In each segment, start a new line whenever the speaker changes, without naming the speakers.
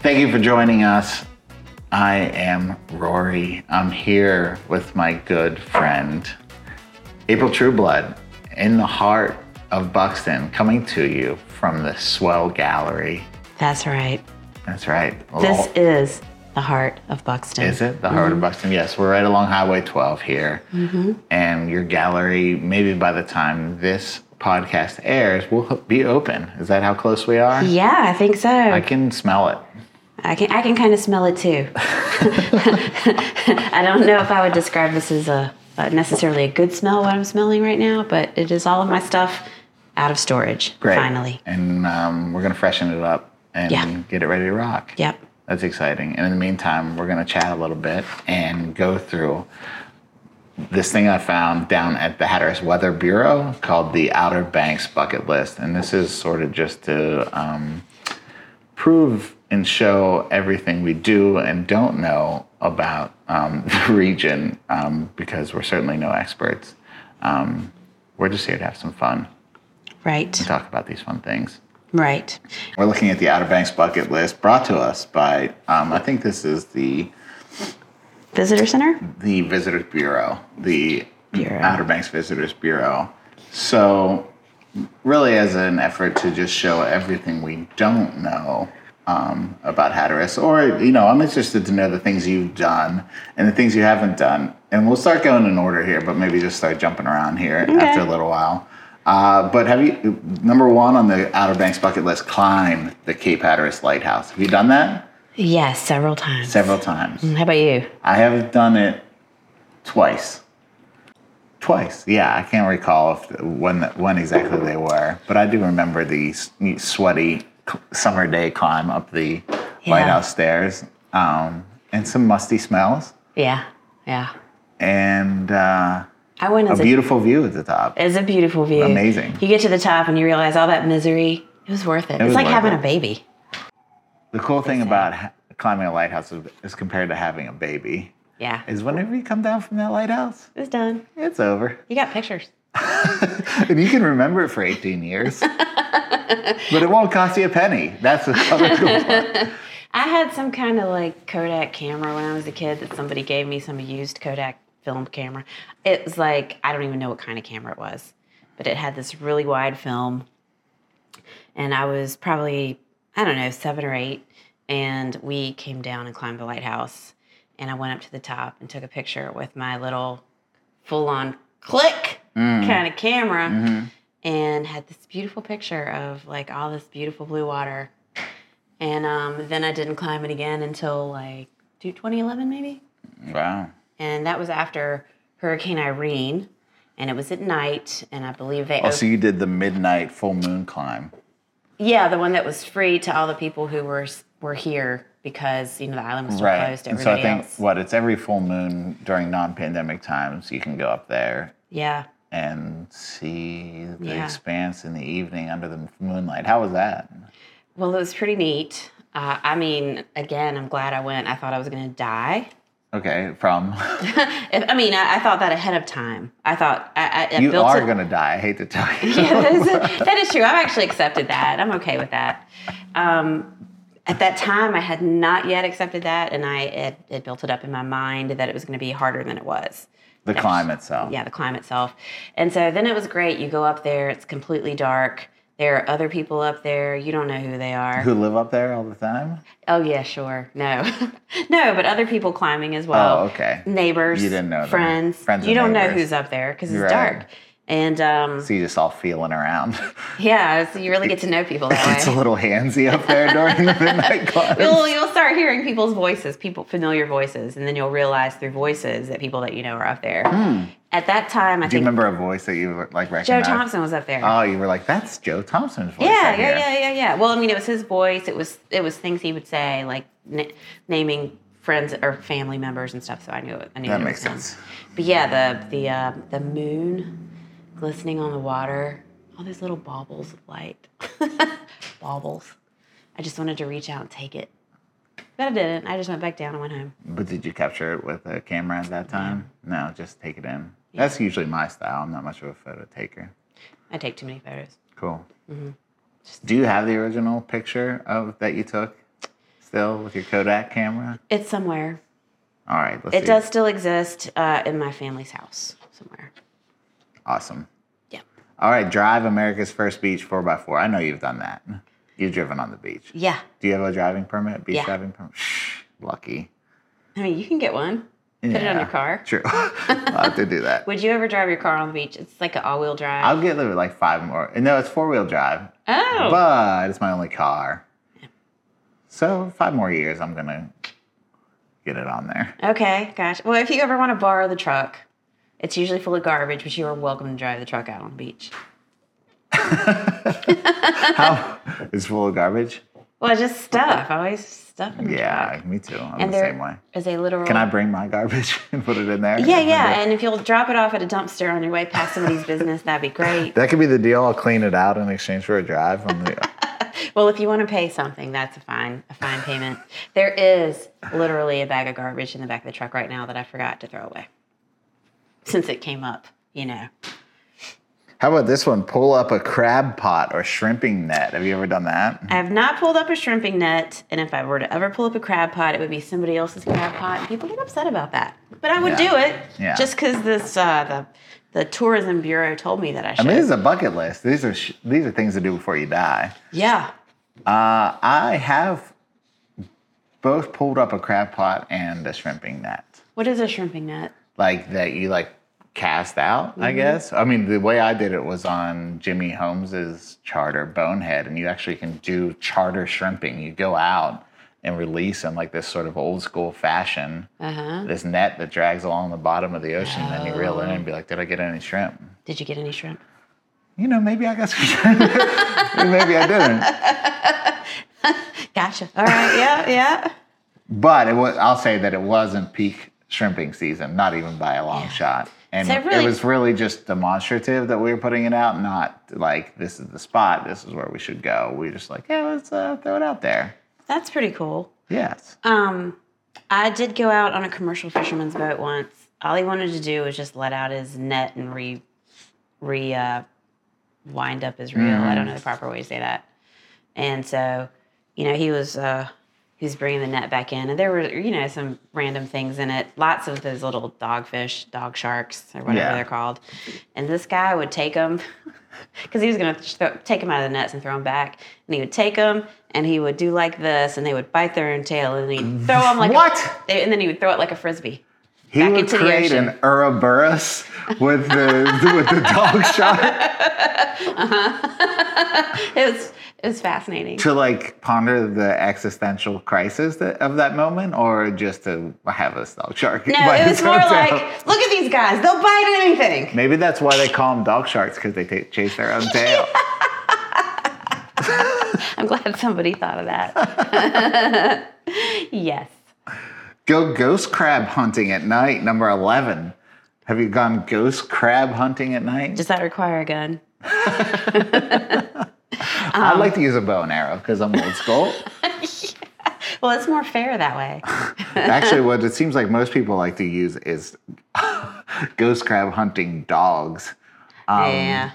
Thank you for joining us. I am Rory. I'm here with my good friend, April Trueblood, in the heart of Buxton, coming to you from the Swell Gallery.
That's right.
That's right. A
This
little-
is Mm-hmm. the heart of Buxton.
Oh. is it the heart of Buxton? Yes, we're right along Highway 12 here.
Mm-hmm.
And your gallery, maybe by the time this podcast airs, will be open. Is that how close we are?
Yeah, I think so.
I can smell it.
I can I can kind of smell it too. I don't know if I would describe this as a, a necessarily a good smell what I'm smelling right now, but it is all of my stuff out of storage
Great.
finally.
And um, we're going to freshen it up and
Yeah.
get it ready to rock.
Yep.
That's exciting. And in the meantime, we're going to chat a little bit and go through this thing I found down at the Hatteras Weather Bureau called the Outer Banks Bucket List. And this is sort of just to um, prove and show everything we do and don't know about um, the region um, because we're certainly no experts. Um, we're just here to have some fun,
Right.
talk about these fun things.
Right.
We're looking at the Outer Banks bucket list brought to us by, um, I think this is the
Visitor center?
the Visitors Bureau, the
Bureau.
Outer Banks Visitors Bureau. So, really, as an effort to just show everything we don't know um, about Hatteras, or you know, I'm interested to know the things you've done and the things you haven't done. And we'll start going in order here, but maybe just start jumping around here after a little while. Uh, but have you number one on the Outer Banks bucket list? Climb the Cape Hatteras Lighthouse. Have you done that
Yes, several times.
several times?
How about you?
I have done it twice. Twice, yeah. I can't recall if when when exactly they were, but I do remember the s- sweaty c- summer day climb up the White
Yeah.
House stairs, um, and some musty smells,
Yeah. Yeah.
and uh,
I went
a
as a,
beautiful view at the top.
it's a beautiful view.
Amazing.
You get to the top and you realize all that misery, it was worth it.
was
it's like
worth
having
it.
a baby.
The cool thing about ha- climbing a lighthouse is, is compared to having a baby
Yeah.
is whenever you come down from that lighthouse,
It was done.
it's over.
You got pictures.
And you can remember it for 18 years. but it won't cost you a penny. That's the other cool part.
I had some kind of like Kodak camera when I was a kid that somebody gave me some used Kodak film camera. It was like I don't even know what kind of camera it was, but it had this really wide film, and I was probably I don't know seven or eight, and we came down and climbed the lighthouse, and I went up to the top and took a picture with my little full on click kind of camera. And had this beautiful picture of like all this beautiful blue water and um, then I didn't climb it again until like two- 2011, maybe.
Wow.
And that was after Hurricane Irene, and it was at night. And I believe they
Oh,
opened,
so you did the midnight full moon climb.
yeah, the one that was free to all the people who were s- were here because you know the island was still closed. to
And so I
Everybody
think,
else,
what, it's every full moon during non pandemic times, you can go up there
yeah,
and see the
Yeah.
expanse in the evening under the moonlight. How was that?
well, it was pretty neat. Uh, I mean, again, I'm glad I went. I thought I was going to die.
Okay, from
If, I mean, I, I thought that ahead of time. I thought I, I, I
you
built
are
it-
going to die. I hate to tell you.
yeah, that is, that is true. I've actually accepted that. I'm okay with that. Um, at that time, I had not yet accepted that, and I it, it built it up in my mind that it was going to be harder than it was.
The climb itself.
Yeah, the climb itself. And so then it was great. You go up there, it's completely dark. There are other people up there. You don't know who they are.
Who live up there all the time?
Oh, yeah, sure. No. no, but other people climbing as well.
Oh, okay.
Neighbors.
You didn't know them.
Friends.
Friends
you
and
don't know
neighbors.
who's up there because it's
Right.
dark. And um,
So you just all feeling around.
yeah, so you really get to know people that way.
it's a little handsy up there during the midnight climb.
You'll, you'll start hearing people's voices, people familiar voices, and then you'll realize through voices that people that you know are up there. At that time, I
Hmm. Do you
think
remember a voice that you like recognized?
Joe Thompson was up there.
Oh, you were like, that's Joe Thompson's voice.
yeah,
right
yeah,
here."
yeah, yeah, yeah. Well, I mean, it was his voice. It was it was things he would say, like n- naming friends or family members and stuff. So I knew it. I knew
That
it
makes
was him.
sense.
But yeah, the the uh, the moon glistening on the water, all these little baubles of light, baubles. I just wanted to reach out and take it, but I didn't. I just went back down and went home.
But did you capture it with a camera at that time? No, just take it in. That's usually my style. I'm not much of a photo taker.
I take too many photos. Mm-hmm.
Cool. Do you have the original picture of that you took still with your Kodak camera?
It's somewhere.
All right, let's
It
see.
does still exist uh, in my family's house somewhere.
Awesome.
Yeah.
All right, drive America's first beach 4x4. I know you've done that. You've driven on the beach.
Yeah.
Do you have a driving permit? Beach
Yeah.
driving permit? Shh, lucky.
I mean, you can get one. Put it on
Yeah,
your car.
True. I'll have to do that.
Would you ever drive your car on the beach? It's like an all wheel drive.
I'll get like five more. No, it's four wheel drive,
oh.
but it's my only car. So five more years, I'm gonna get it on there.
Okay, gosh. Well, if you ever want to borrow the truck, it's usually full of garbage, but you are welcome to drive the truck out on the beach.
How? It's full of garbage.
Well, just stuff. I always stuff in the truck.
Yeah, me too. I'm
And
the
there
same way.
is a literal.
Can I bring my garbage and put it in there?
Yeah, yeah. And if you'll drop it off at a dumpster on your way past somebody's business, that'd be great.
That could be the deal. I'll clean it out in exchange for a drive. On the,
Well, if you want to pay something, that's a fine, a fine payment. There is literally a bag of garbage in the back of the truck right now that I forgot to throw away. Since it came up, you know.
how about this one? Pull up a crab pot or shrimping net. Have you ever done that?
I have not pulled up a shrimping net, and if I were to ever pull up a crab pot, it would be somebody else's crab pot, and people get upset about that. But I would
Yeah.
do it
Yeah.
just because this uh, the the tourism bureau told me that I
I
should.
mean, this is a bucket list. These are sh- these are things to do before you die.
yeah,
Uh, I have both pulled up a crab pot and a shrimping net,
what is a shrimping net?
like that you like cast out. I guess. I mean, the way I did it was on Jimmy Holmes's charter Bonehead, and you actually can do charter shrimping. You go out and release in like this sort of old school fashion,
Uh huh.
this net that drags along the bottom of the ocean. and Then you reel it in and be like, "Did I get any shrimp?"
Did you get any shrimp?
You know, maybe I got some shrimp. maybe I didn't.
Gotcha. All right. Yeah. Yeah.
But it was, I'll say that it wasn't peak shrimping season, not even by a long shot. And
So
it
really-
was really just demonstrative that we were putting it out, not like this is the spot, this is where we should go. We were just like, yeah, let's uh, throw it out there.
That's pretty cool.
Yes.
Um, I did go out on a commercial fisherman's boat once. All he wanted to do was just let out his net and re, re, uh, wind up his reel. I don't know the proper way to say that. And so, you know, he was uh, he was bringing the net back in, and there were you know some random things in it. Lots of those little dogfish, dog sharks, or whatever
Yeah.
they're called. And this guy would take them because he was going to th- take them out of the nets and throw them back. And he would take them and he would do like this, and they would bite their own tail, and he'd throw them like a-
What?
they, and then he would throw it like a frisbee.
He
back
would
into the
create
ocean.
an Ouroboros with the, with the dog shot
It was it was fascinating.
to like ponder the existential crisis that, of that moment or just to have a dog shark.
No,
by
it was
its
more
own tail?
like, look at these guys, they'll bite anything.
Maybe that's why they call them dog sharks because they ta chase their own tail.
I'm glad somebody thought of that. yes.
Go ghost crab hunting at night, number 11. Have you gone ghost crab hunting at night?
Does that require a gun?
I like to use a bow and arrow because I'm old school.
Well, it's more fair that way.
Actually, what it seems like most people like to use is ghost crab hunting dogs. Um.
yeah.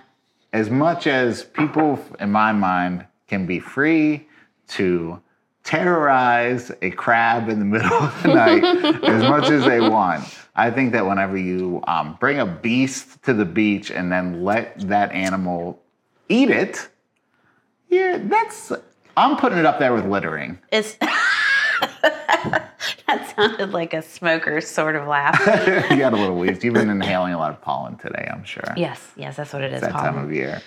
As much as people, in my mind, can be free to terrorize a crab in the middle of the night as much as they want. I think that whenever you um, bring a beast to the beach and then let that animal eat it, yeah, that's. I'm putting it up there with littering.
It's that sounded like a smoker sort of laugh.
you got a little wheeze. You've been inhaling a lot of pollen today, I'm sure.
yes, yes, that's what it is.
that
Paul.
time of year.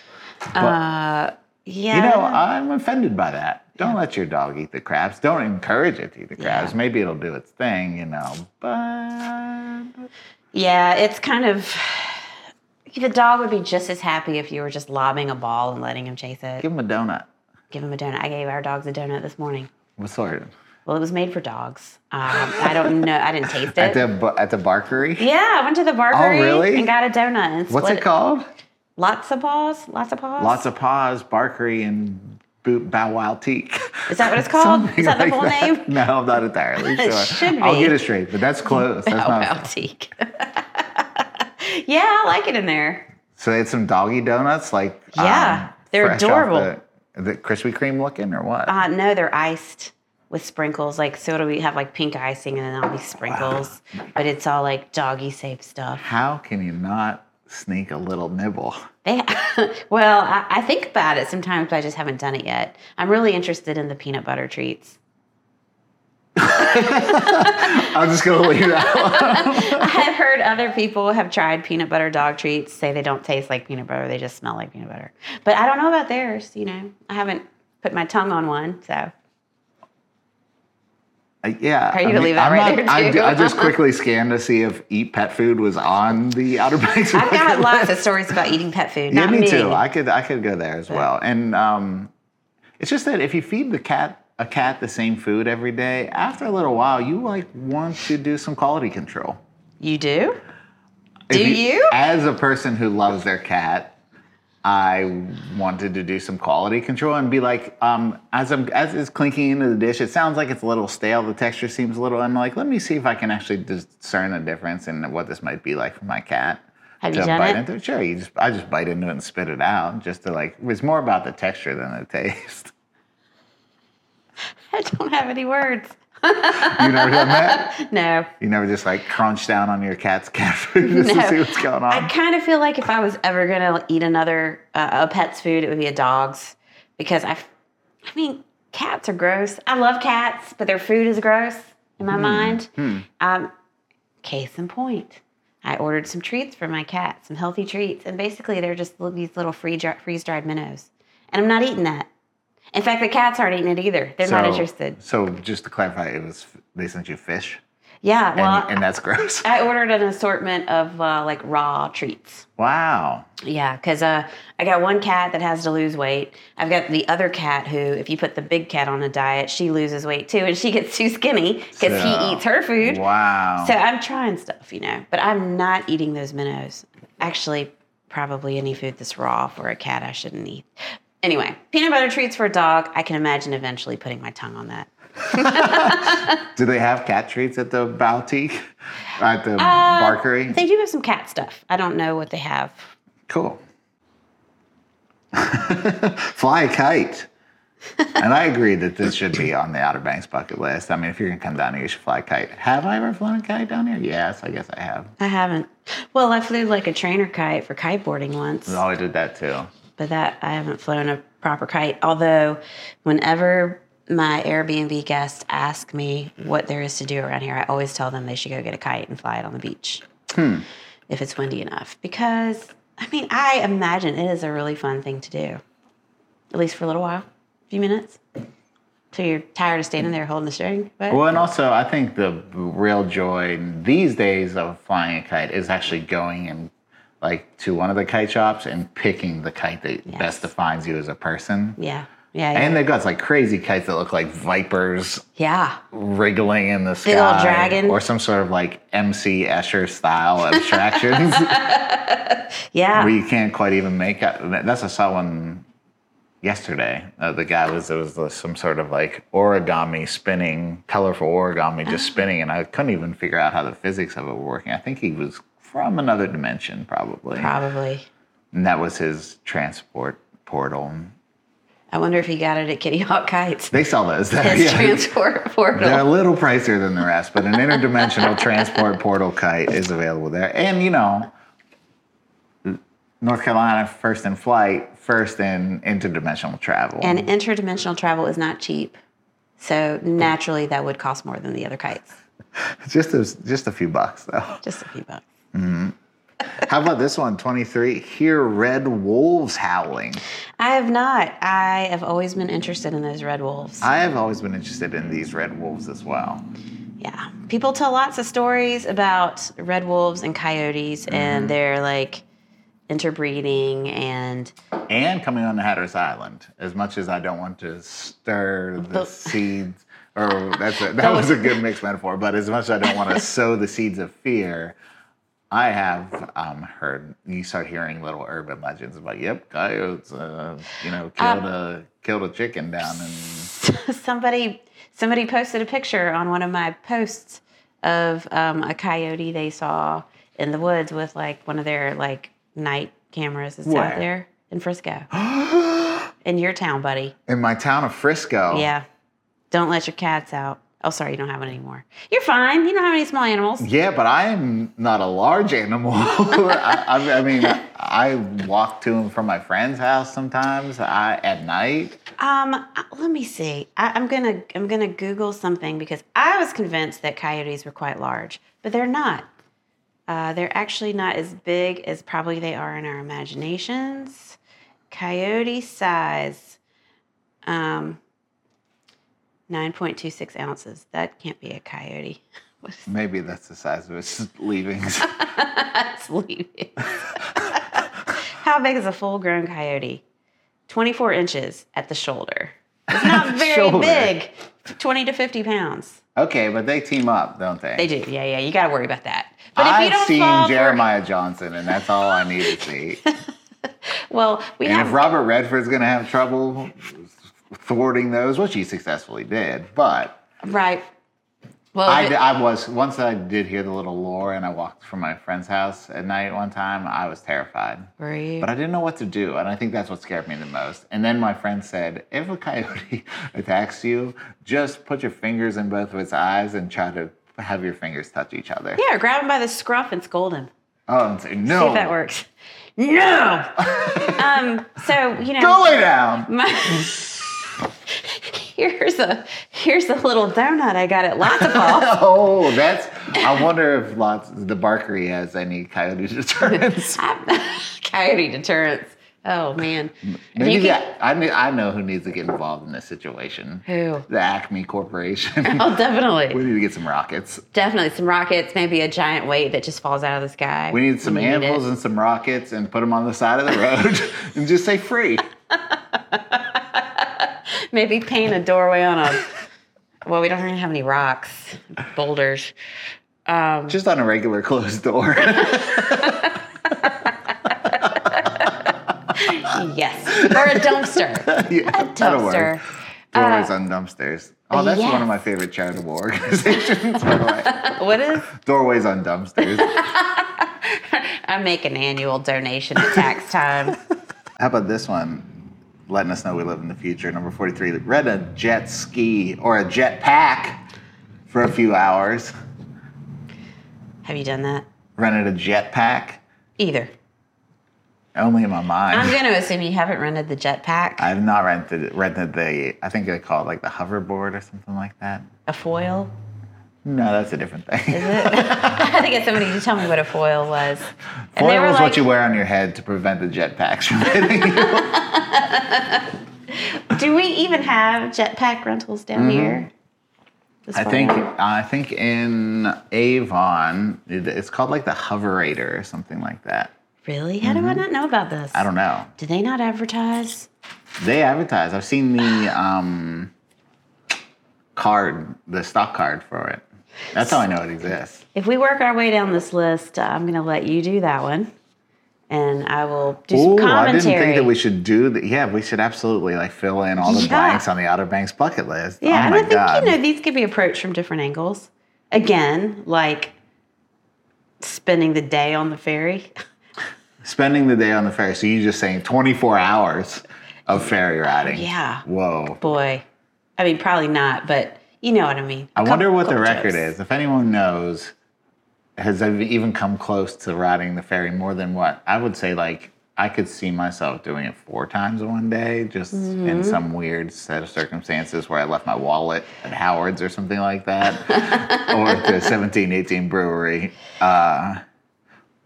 Uh, yeah.
You know, I'm offended by that. Don't let your dog eat the crabs. Don't encourage it to eat the crabs. Maybe it'll do its thing, you know. But
yeah, it's kind of the dog would be just as happy if you were just lobbing a ball and letting him chase it.
give him a donut.
Give him a donut. I gave our dogs a donut this morning.
What sort?
Well, it was made for dogs. Um, I don't know. I didn't taste
At
it.
the bu- at the barkery.
Yeah, I went to the barbery
really?
and got a donut. And
What's
split
it called?
Lots of paws. Lots of paws.
Lots of paws, barkery, and boot bow wow teak.
Is that what it's called? Is that the
Something
full
like that.
name?
No, I'm not entirely sure.
It should
I'll
be.
get it straight, but that's close. That's
Oh,
not.
Baltique. yeah, I like it in there.
So they had some doggy donuts, like um,
Yeah, they're
fresh off
adorable.
The, the Krispy Kreme looking or what?
Uh, no, they're iced. with sprinkles. Like so, it'll be have like pink icing and then all these sprinkles, but it's all like doggy safe stuff.
How can you not sneak a little nibble?
They well, I, I think about it sometimes, but I just haven't done it yet. I'm really interested in the peanut butter treats.
I'm just gonna leave that one.
I've heard other people have tried peanut butter dog treats say they don't taste like peanut butter, they just smell like peanut butter. But I don't know about theirs, you know. I haven't put my tongue on one, so
Uh, Yeah.
Are you gonna leave that
I'm not-
right there,
I,
too?
ju- I just quickly scanned to see if Eat Pet Food was on the Outer Banks.
I've got lots of stories about eating pet food.
Yeah,
Not
me
me
too. I could I could go there as well. And um, it's just that if you feed the cat a cat the same food every day, after a little while, you like want to do some quality control.
You do?
If
Do you?
As a person who loves their cat, I wanted to do some quality control and be like, um, as I'm as it's clinking into the dish, it sounds like it's a little stale. The texture seems a little. I'm like, let me see if I can actually discern a difference in what this might be like for my cat.
Have
to
you done
bite
it?
into it? Sure, you just I just bite into it and spit it out, just to like. It's more about the texture than the taste.
I don't have any words.
you never done that.
No.
You never just like crunch down on your cat's cat food just to
No.
see what's going on.
I kind of feel like if I was ever gonna eat another uh, a pet's food, it would be a dog's because I, f- I mean, cats are gross. I love cats, but their food is gross in
Hmm.
my mind. Um, case in point, I ordered some treats for my cat, some healthy treats, and basically they're just li- these little free freeze dried minnows, and I'm not eating that. In fact, the cats aren't eating it either. They're not
So-
interested.
So just to clarify, it was they sent you fish,
Yeah,
and,
well, uh,
and that's gross.
I ordered an assortment of uh, like raw treats.
wow.
Yeah, because uh, I got one cat that has to lose weight. I've got the other cat who, if you put the big cat on a diet, she loses weight too, and she gets too skinny because
So-
he eats her food.
Wow.
So I'm trying stuff, you know, but I'm not eating those minnows. Actually, probably any food that's raw for a cat I shouldn't eat. Anyway, peanut butter treats for a dog. I can imagine eventually putting my tongue on that.
Do they have cat treats at the Baltique, at the
Uh,
Barkery?
They do have some cat stuff. I don't know what they have.
cool. Fly a kite. and I agree that this should be on the Outer Banks bucket list. I mean, if you're gonna come down here, you should fly a kite. Have I ever flown a kite down here? Yes, I guess I have.
I haven't. Well, I flew like a trainer kite for kiteboarding once.
Oh, I did that too.
but that I haven't flown a proper kite. Although, whenever my Airbnb guests ask me what there is to do around here, I always tell them they should go get a kite and fly it on the beach
Hmm.
if it's windy enough. Because, I mean, I imagine it is a really fun thing to do, at least for a little while, a few minutes, till you're tired of standing there holding the string. But
Well, and also, I think the real joy these days of flying a kite is actually going and like to one of the kite shops and picking the kite that best defines you as a person.
yeah, yeah, yeah.
And they've got like crazy kites that look like vipers
yeah.
wriggling in the sky,
old dragon.
or some sort of like MC Escher style abstractions
Yeah.
where you can't quite even make out. That's I saw one yesterday. Uh, the guy was there was uh, some sort of like origami spinning, colorful origami just spinning, and I couldn't even figure out how the physics of it were working. I think he was from another dimension, probably,
Probably.
and that was his transport portal.
I wonder if he got it at Kitty Hawk Kites.
They sell those. there,
His
yeah.
transport portal.
They're a little pricier than the rest, but an interdimensional transport portal kite is available there. And you know, North Carolina first in flight, first in interdimensional travel.
And interdimensional travel is not cheap. So naturally, that would cost more than the other kites.
just a, just a few bucks though.
Just a few bucks.
How about this one? Twenty three. Hear red wolves howling.
I have not. I have always been interested in those red wolves.
I have always been interested in these red wolves as well.
yeah. People tell lots of stories about red wolves and coyotes and they're like interbreeding and
and coming on to Hatteras Island. As much as I don't want to stir the seeds, or that's a, that was a good mixed metaphor. But as much as I don't want to sow the seeds of fear, I have um, heard you start hearing little urban legends about yep, coyotes, uh, you know, killed a killed a chicken down in
somebody somebody posted a picture on one of my posts of um, a coyote they saw in the woods with like one of their like night cameras that's
Where?
out there in Frisco. in your town, buddy.
in my town of Frisco.
Yeah. Don't let your cats out. Oh, sorry, you don't have one anymore. You're fine. You don't have any small animals.
Yeah, but I am not a large animal. I, I, I mean, I walk to him from my friend's house sometimes I, at night.
Um, uh, let me see. I, I'm gonna I'm gonna Google something because I was convinced that coyotes were quite large, but they're not. Uh, they're actually not as big as probably they are in our imaginations. Coyote size, um, nine point two six ounces. That can't be a coyote. What is
Maybe that's the size of its leavings.
that's leaving? How big is a full-grown coyote? Twenty-four inches at the shoulder. It's not very
Shoulder.
big. Twenty to fifty pounds.
okay, but they team up, don't they?
They do. Yeah, yeah. You got to worry about that.
I've
fall
seen
for-
Jeremiah Johnson, and that's all I need to see.
well, we
And
have
if Robert Redford's going to have trouble thwarting those, which he successfully did, but
right. Well,
I,
if
d-
it-
I was once I did hear the little lore, and I walked from my friend's house at night one time. I was terrified,
were you?
but I didn't know what to do, and I think that's what scared me the most. And then my friend said, "If a coyote attacks you, just put your fingers in both of its eyes and try to have your fingers touch each other."
yeah, grab him by the scruff and scold him.
Oh, and say no.
See if that works. No. um. So you know.
Go lay down.
My, here's a here's a little donut I got at Lots
Oh, that's. I wonder if lots the Barkery has any coyote deterrents.
of coyote deterrence. Oh man.
Maybe
You can-
that, I, kn- I know who needs to get involved in this situation.
Who?
The Acme Corporation.
Oh,
We
definitely,
need to get some rockets.
definitely some rockets. Maybe a giant weight that just falls out of the sky.
We need some
We need it.
anvils and some rockets and put them on the side of the road and just say free.
Maybe paint a doorway on a. Well, we don't even have any rocks, boulders. Um,
Just on a regular closed door.
yes, or a dumpster.
yeah, that'll
Dumpster.
work. Doorways on dumpsters. Oh, that's one
Uh, yes.
of my favorite charitable organizations. by the way.
What is?
Doorways on dumpsters.
I make an annual donation at tax time.
How about this one? Letting us know we live in the future. Number 43. Rent a jet ski or a jet pack for a few hours.
Have you done that?
Rented a jet pack.
Either.
Only in my mind.
I'm going to assume you haven't rented the jetpack,
I've not rented rented the I think they call it like the hoverboard or something like that.
a foil.
No, that's a different thing.
I had to get somebody to tell me what a foil was. And
Foil is what you wear on your head to prevent the jetpacks from hitting you.
do we even have jetpack rentals down here? This
Mm-hmm. I
far
think
down.
I think in Avon it- it's called like the hoverator or something like that.
Really? How do I not know about this?
Mm-hmm. I don't know.
Do they not advertise?
They advertise. I've seen the um, card, the stock card for it. That's how I know it exists.
If we work our way down this list, uh, I'm going to let you do that one. And I will do some
Ooh, I
commentary.
didn't think that we should do that. Yeah, we should absolutely like fill in all the
Yeah.
blanks on the Outer Banks bucket list.
Yeah,
oh
and
my
I think
God.
you know these could be approached from different angles. Again, like spending the day on the ferry.
Spending the day on the ferry. So you're just saying 24 hours of ferry riding.
Yeah.
Whoa.
Boy, I mean, probably not, but you know what I mean.
I wonder what the
Couple
record
jokes.
is. If anyone knows, has ev- even come close to riding the ferry more than what? I would say like I could see myself doing it four times in one day, just in some weird set of circumstances where I left my wallet at Howard's or something like that, or at the 1718 Brewery. Uh,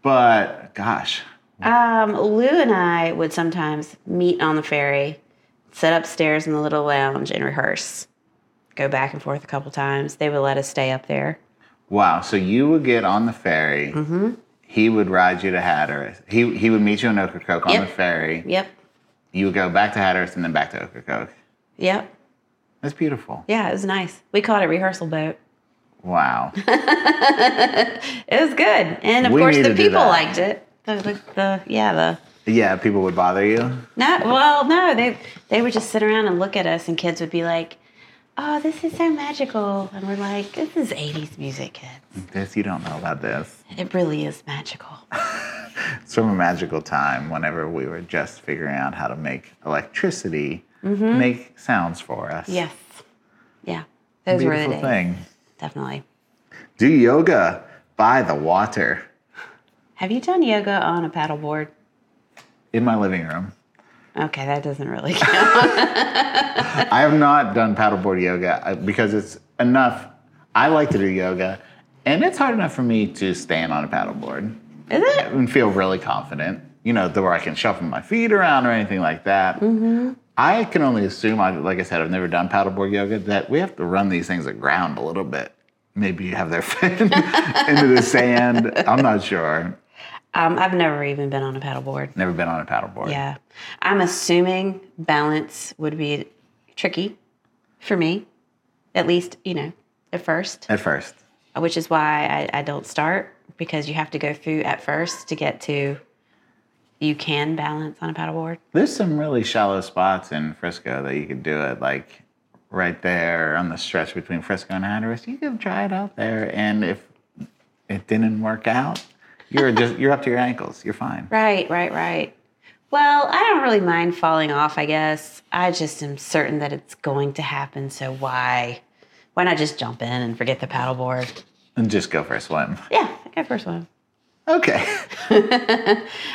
but gosh,
Um, Lou and I would sometimes meet on the ferry, sit upstairs in the little lounge and rehearse. Go back and forth a couple times. They would let us stay up there.
Wow. So you would get on the ferry. He would ride you to Hatteras. He he would meet you in Ocracoke on
Yep.
the ferry.
Yep,
You would go back to Hatteras and then back to Ocracoke.
yep.
That's beautiful.
Yeah, it was nice. We called it rehearsal boat.
Wow.
It was good, and of
We
course
need
the
to do
people
that.
liked it. The, the, the yeah the
yeah, people would bother you.
no well no they they would just sit around and look at us, and kids would be like, "Oh, this is so magical," and we're like, "This is '80s music, kids.
This you don't know about this.
It really is magical."
It's from a magical time whenever we were just
Mm-hmm.
figuring out how to make electricity make sounds for us.
Yes, Yeah. Those were
Beautiful
the days.
thing.
Definitely.
Do yoga by the water
Have you done yoga on a paddleboard?
in my living room.
Okay, that doesn't really count.
I have not done paddleboard yoga uh, because it's enough. I like to do yoga, and it's hard enough for me to stand on a paddleboard
Is it?
and feel really confident. You know, the where I can shuffle my feet around or anything like that. I can only assume, I, like I said, I've never done paddleboard yoga, that we have to run these things aground a little bit. Maybe you have their fin into the sand. I'm not sure.
Um, I've never even been on a paddleboard.
Never been on a paddleboard.
Yeah. I'm assuming balance would be tricky for me, at least, you know, at first,
At first,
which is why I, I don't start because you have to go through at first to get to you can balance on a paddleboard.
there's some really shallow spots in Frisco that you could do it, like right there on the stretch between Frisco and Hatteras. You could try it out there, and if it didn't work out, you're just you're up to your ankles. You're fine.
Right, right, right. Well, I don't really mind falling off, I guess. I just am certain that it's going to happen, so why why not just jump in and forget the paddleboard?
And just go for a swim.
Yeah, okay, first one.
Okay.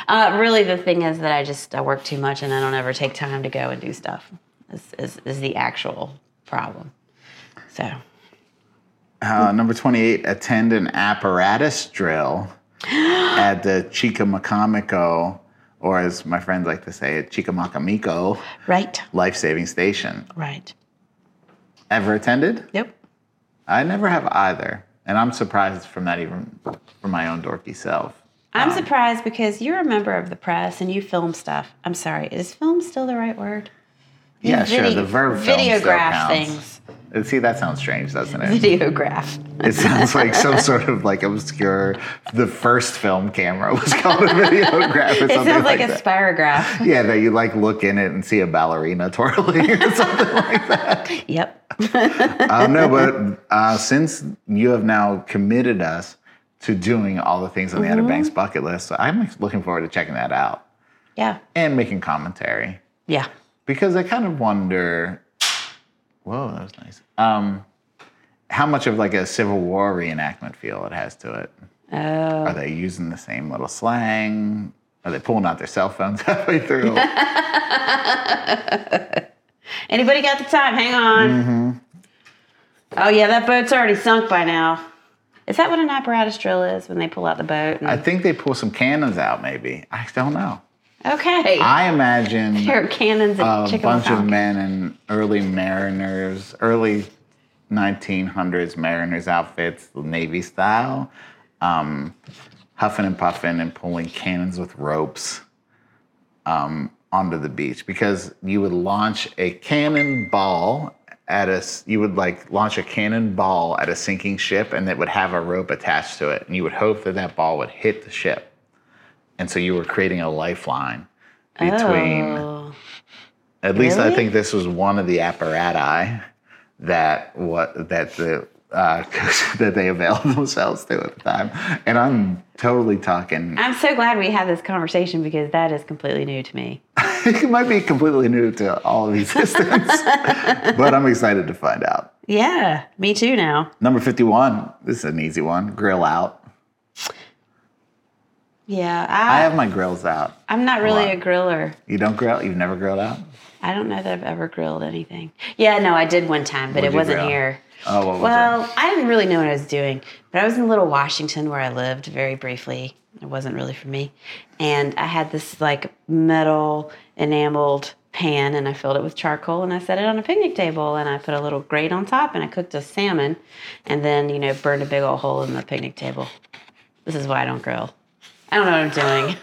Uh, really, the thing is that I just I work too much and I don't ever take time to go and do stuff. Is is, is the actual problem? So
Uh, number 28, attend an apparatus drill at the Chicamacomico, or as my friends like to say it, Chicamacamico
right,
Life Saving Station.
right.
Ever attended?
Yep.
I never have either. And I'm surprised from that, even from my own dorky self.
I'm surprised because you're a member of the press and you film stuff. I'm sorry, is film still the right word?
Yeah,
Video-
sure. The verb film still
videograph
counts.
things.
See, that sounds strange, doesn't it?
Videograph.
It sounds like some sort of like obscure. The first film camera was called a videograph or something
It sounds like,
that.
a spirograph.
Yeah, that you like look in it and see a ballerina twirling or something like that.
yep.
I don't know, Um, but uh, since you have now committed us to doing all the things on the Outer Banks bucket list, so I'm looking forward to checking that out
Yeah.
and making commentary
Yeah.
because I kind of wonder. Whoa, that was nice. Um, how much of like a Civil War reenactment feel it has to it?
Oh.
Are they using the same little slang? Are they pulling out their cell phones halfway through?
Anybody got the time? Hang on.
Mm-hmm.
Oh yeah, that boat's already sunk by now. Is that what an apparatus drill is when they pull out the boat? and-
I think they pull some cannons out, maybe. I don't know.
okay.
I imagine
there are cannons and
a
chicken
Um, bunch of
wing.
men in early mariners, early 1900s mariners outfits, Navy style, um, huffing and puffing and pulling cannons with ropes um, onto the beach because you would launch a cannonball at a, s- you would like launch a cannonball at a sinking ship and it would have a rope attached to it. And you would hope that that ball would hit the ship. And so you were creating a lifeline between.
Oh.
At least I
Really?
think this was one of the apparati that what that the uh, that they availed themselves to at the time. And I'm totally talking.
I'm so glad we had this conversation because that is completely new to me.
it might be completely new to all of existence, but I'm excited to find out.
Yeah, me too now.
Number 51. This is an easy one. Grill out.
Yeah,
I
I,
have my grills out.
I'm not really
lot.
a griller.
You don't grill? You've never grilled out?
I don't know that I've ever grilled anything. Yeah, no, I did one time, but
What'd
it
you
wasn't
grill?
here.
Oh, what was
Well, I didn't really know what I was doing, but I was in Little Washington where I lived very briefly. It wasn't really for me. And I had this like metal enameled pan and I filled it with charcoal and I set it on a picnic table and I put a little grate on top and I cooked a salmon and then, you know, burned a big old hole in the picnic table. This is why I don't grill. I don't know what I'm doing.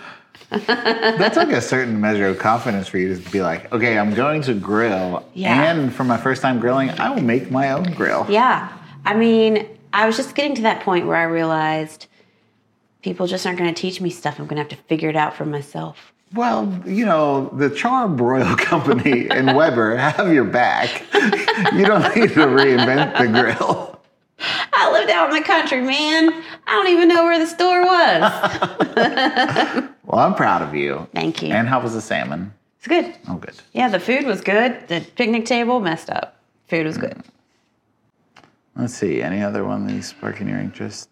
it? That's like a certain measure of confidence for you to be like, okay, I'm going to grill.
Yeah.
And for my first time grilling, I will make my own grill.
Yeah. I mean, I was just getting to that point where I realized people just aren't going to teach me stuff. I'm going to have to figure it out for myself.
Well, you know, the Charbroil Company and Weber have your back. you don't need to reinvent the grill.
I lived out in the country, man. I don't even know where the store was.
Well, I'm proud of you.
Thank you.
And how was the salmon?
It's good.
Oh, good.
Yeah, the food was good. The picnic table messed up. Food was good.
Let's see. Any other one that he's sparking your interest?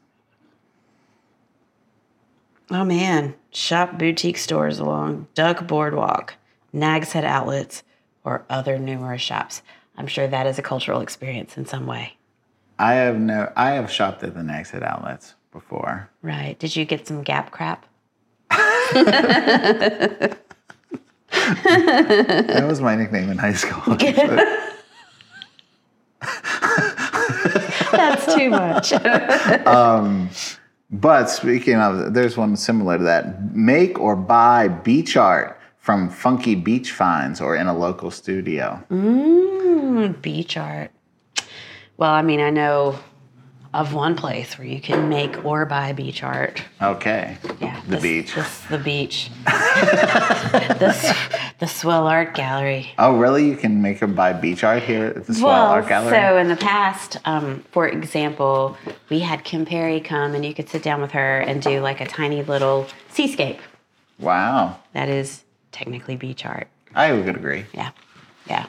Oh man, shop boutique stores along Duck Boardwalk, Nags Head Outlets, or other numerous shops. I'm sure that is a cultural experience in some way.
I have no. I have shopped at the Next Hit Outlets before.
Right. Did you get some gap crap?
That was my nickname in high school. actually.
That's too much.
But speaking of, there's one similar to that. Make or buy beach art from funky beach finds or in a local studio.
mm, beach art. Well, I mean, I know of one place where you can make or buy beach art.
Okay.
Yeah,
The
this-
beach.
This, the beach. the, s- the Swell Art Gallery.
Oh, really? You can make or buy beach art here at the Swell
well,
Art Gallery?
so in the past, um, for example, we had Kim Perry come and you could sit down with her and do like a tiny little seascape.
wow.
That is technically beach art.
I would agree.
Yeah. Yeah.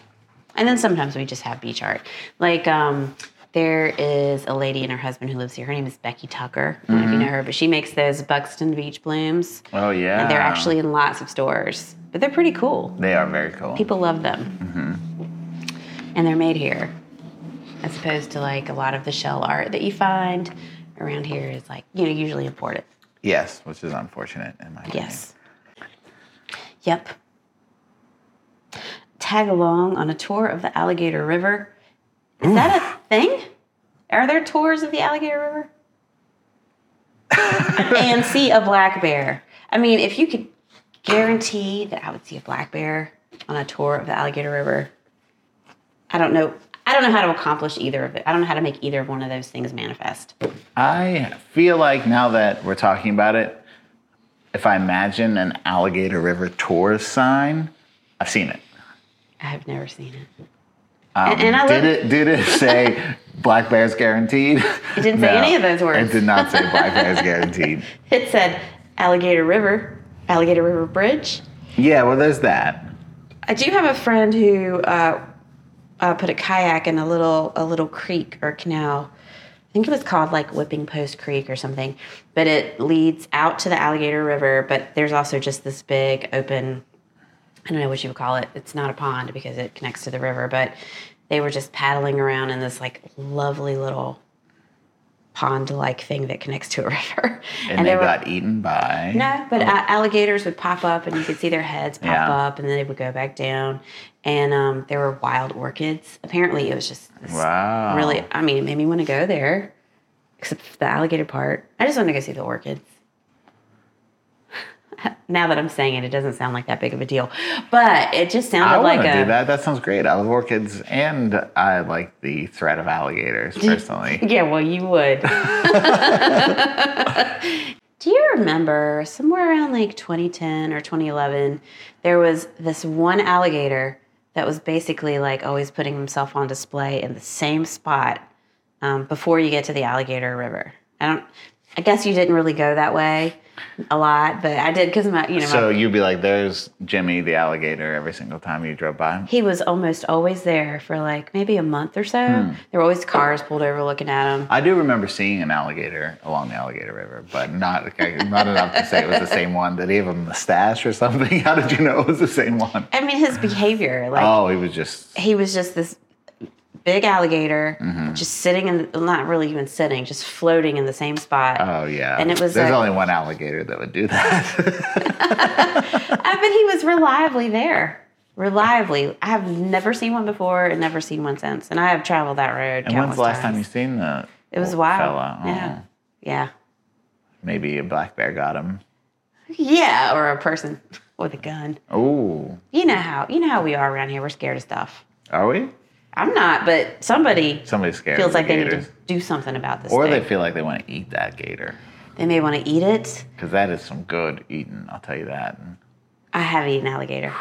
And then sometimes we just have beach art. Like, um, there is a lady and her husband who lives here. Her name is Becky Tucker. I don't know if you
Mm-hmm.
know her, but she makes those Buxton Beach blooms.
Oh, yeah.
And they're actually in lots of stores, but they're pretty cool.
They are very cool.
People love them. And they're made here, as opposed to like a lot of the shell art that you find around here is like, you know, usually imported.
yes, which is unfortunate in my opinion.
Yes. Yep. Tag along on a tour of the Alligator River. Is that a thing? Are there tours of the Alligator River? and see a black bear. I mean, if you could guarantee that I would see a black bear on a tour of the Alligator River, I don't know. I don't know how to accomplish either of it. I don't know how to make either one of those things manifest.
I feel like now that we're talking about it, if I imagine an alligator river tour sign, I've seen it.
I have never seen it.
Um,
And- and I
did
love-
it did it say black bears guaranteed? It
didn't say any of those words.
It did not say black bears guaranteed.
It said Alligator River, Alligator River Bridge.
Yeah, well, there's that.
I do have a friend who uh, uh, put a kayak in a little a little creek or canal. I think it was called like Whipping Post Creek or something, but it leads out to the Alligator River. But there's also just this big open. I don't know what you would call it. It's not a pond because it connects to the river, but they were just paddling around in this like lovely little pond-like thing that connects to a river.
And, they
there were-
got eaten by.
no, but uh, alligators would pop up, and you could see their heads pop
Oh. Yeah.
up, and then they would go back down. And um, there were wild orchids. Apparently, it was just this
Wow.
really. I mean, it made me want to go there, except for the alligator part. I just want to go see the orchids. now that I'm saying it, it doesn't sound like that big of a deal, but it just sounded
I want
like
to
a.
do that. That sounds great. I love orchids, and I like the threat of alligators personally.
Yeah, well, you would. Do you remember somewhere around like 2010 or 2011, there was this one alligator that was basically like always putting himself on display in the same spot um, before you get to the alligator river? I don't. I guess you didn't really go that way a lot, but I did because my, you know,
So
my,
you'd be like, "There's Jimmy the alligator" every single time you drove by.
he was almost always there for like maybe a month or so.
Hmm.
There were always cars pulled over looking at him.
I do remember seeing an alligator along the alligator river, but not not enough to say it was the same one. Did he have a mustache or something? How did you know it was the same one?
I mean, his behavior, like
Oh, he was just
he was just this big alligator
Mm-hmm.
just sitting in not really even sitting just floating in the same spot
Oh yeah.
And it was
There's
a-
only one alligator that would do that.
I bet Uh, he was reliably there reliably i have never seen one before and never seen one since and i have traveled that road
and when's the last time you seen the?
it was
old
wild
fella? Oh,
yeah yeah
Maybe a black bear got him.
yeah or a person with a gun
Oh,
you know how you know how we are around here we're scared of stuff
are we?
i'm not but somebody
Somebody's scared.
feels
of the
like they need
gators.
to do something about this
Or
thing.
they feel like they want to eat that gator.
they may want to eat it
Because that is some good eating, I'll tell you that. And,
I have eaten alligator.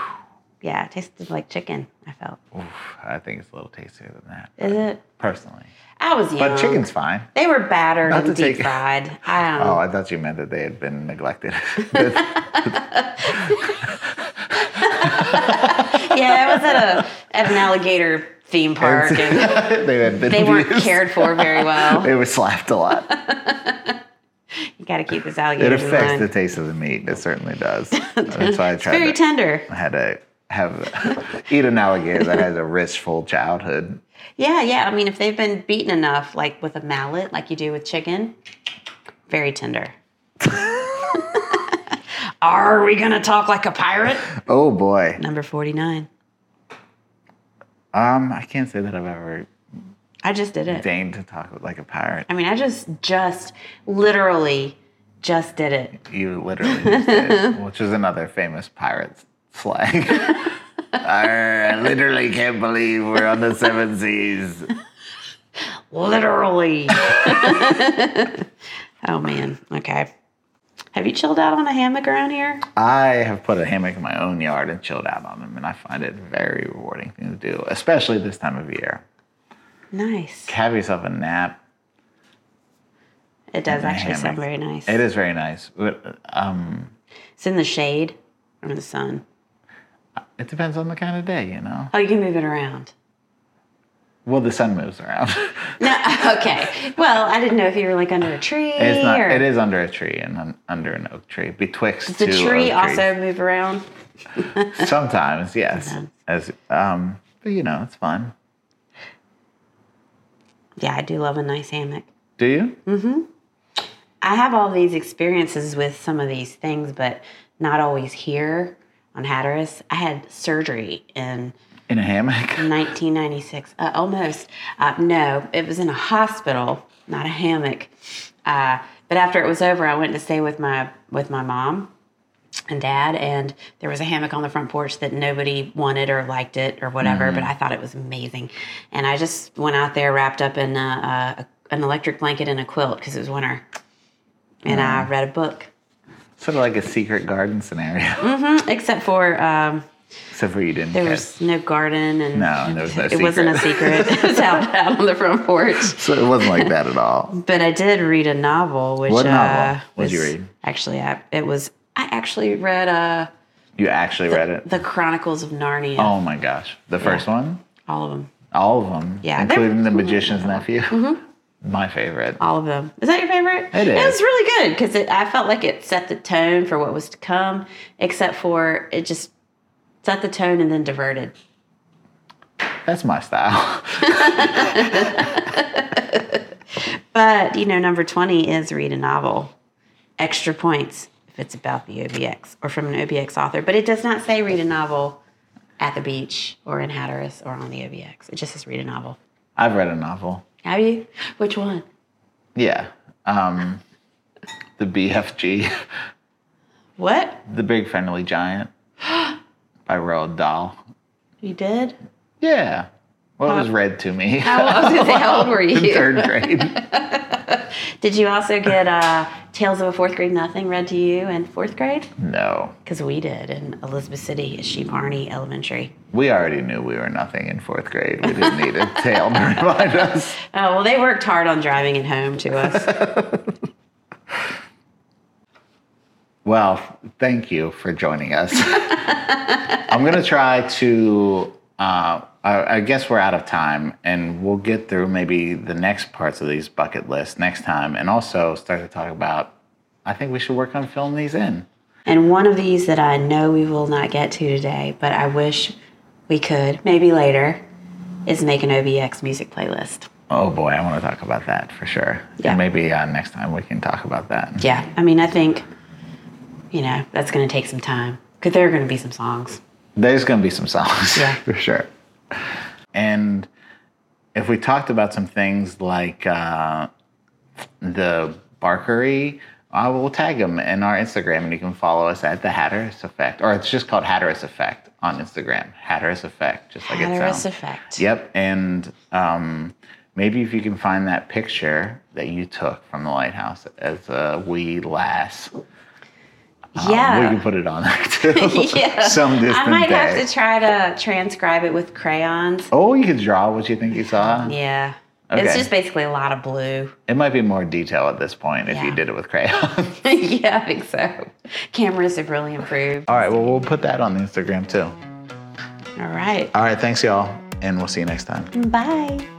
Yeah, it tasted like chicken. I felt.
oof, I think it's a little tastier than that,
Is it?
personally.
I was young.
But chicken's fine.
They were battered
Not
and
to take-
deep fried. I don't.
Oh,
know.
I thought you meant that they had been neglected. That's-
Yeah, I was at a at an alligator theme park, and
they had been
they weren't
abused.
cared for very well.
They were slapped a lot.
You got to keep this
It
alligator in
affects
line.
the taste of the meat. It certainly does. That's why I
it's
tried.
very
to,
tender.
I had to have eat an alligator that has a rich, full childhood.
Yeah, yeah. I mean, if they've been beaten enough, like with a mallet, like you do with chicken, very tender. Are we gonna talk like a pirate?
Oh boy.
Number forty-nine.
Um, I can't say that I've ever
I just did it.
deigned to talk like a pirate.
I mean, I just, just, literally, just did it.
You literally just did, which is another famous pirate slang. I literally can't believe we're on the seven seas.
Literally. oh man. Okay. Have you chilled out on a hammock around here?
I have put a hammock in my own yard and chilled out on them, and I find it a very rewarding thing to do, especially this time of year.
Nice.
Have yourself a nap.
It does
a
actually sound
hammock.
very nice.
It is very nice. But, um,
It's in the shade or the sun.
it depends on the kind of day, you know.
Oh, you can move it around.
Well, the sun moves around.
No, okay. Well, I didn't know if you were like under a tree
it's not.
or
It is under a tree and un, under an oak tree, betwixt
does the
two
tree
oak trees.
also move around.
Sometimes, yes. As um, but you know, it's fun.
Yeah, I do love a nice hammock.
Do you?
I have all these experiences with some of these things, but not always here on Hatteras. I had surgery in
In a hammock?
1996. Uh, almost. Uh, no, it was in a hospital, not a hammock. Uh, but after it was over, I went to stay with my with my mom and dad, and there was a hammock on the front porch that nobody wanted or liked it or whatever.
Mm-hmm.
But I thought it was amazing, and I just went out there wrapped up in uh a, an electric blanket and a quilt because it was winter, and
Mm.
I read a book.
Sort of like a secret garden scenario,
Mm, Except for um,
except for you didn't.
there
get-
was no garden, and
No, there was no
it wasn't a secret. it was out, out on the front porch.
So it wasn't like that at all.
But I did read a novel, which
What
uh,
novel
was
did you read?
Actually, I, it was I actually read uh,
You actually read it?
the Chronicles of Narnia,
Oh my gosh, the first one,
all of them,
all of them,
Yeah, they're-
including the Magician's Nephew.
Mm-hmm.
My favorite.
all of them. Is that your favorite?
It
It was
is.
really good because I felt like it set the tone for what was to come, except for it just set the tone and then diverted.
That's my style.
But you know, number twenty is read a novel, extra points if it's about the OBX or from an OBX author. But it does not say read a novel at the beach or in Hatteras or on the OBX. It just says read a novel.
I've read a novel.
Have you? Which one?
Yeah. Um, the BFG,
What
The Big Friendly Giant by Roald Dahl.
you did?
Yeah. Well, it was read to me
How, Oh, I was gonna say, how old were
in
you?
third grade.
Did you also get uh, Tales of a Fourth Grade Nothing read to you in fourth grade?
No.
Because we did in Elizabeth City at Sheep Harney Elementary.
We already knew we were nothing in fourth grade. We didn't need a tale to remind us.
Oh, well, they worked hard on driving it home to us.
Well, thank you for joining us. I'm going to try to, uh, I, I guess we're out of time, and we'll get through maybe the next parts of these bucket lists next time, and also start to talk about. I think we should work on filling these in.
and one of these that I know we will not get to today, but I wish we could, maybe later, is make an OBX music playlist.
Oh boy, I want to talk about that for sure.
Yeah.
And maybe uh, next time we can talk about that.
Yeah, I mean, I think, you know, that's going to take some time because there are going to be some songs.
There's going to be some songs
Yeah.
for sure. And if we talked about some things like uh, the Barkery, I will tag them in our Instagram, and you can follow us at the Hatteras Effect, or it's just called Hatteras Effect on Instagram. Hatteras Effect, just like it
Hatteras
sounds.
Effect.
Yep, and um, maybe if you can find that picture that you took from the lighthouse as a wee lass, um,
yeah.
we can put it on there too.
yeah.
some distant
I might
day.
have to try to transcribe it with crayons.
Oh, you could draw what you think you saw.
Yeah. It's
Okay.
just basically a lot of blue.
It might be more detail at this point if
Yeah.
you did it with crayon.
yeah, I think so. Cameras have really improved.
All right, well, we'll put that on Instagram too.
All right.
All right, thanks, y'all. and we'll see you next time.
Bye.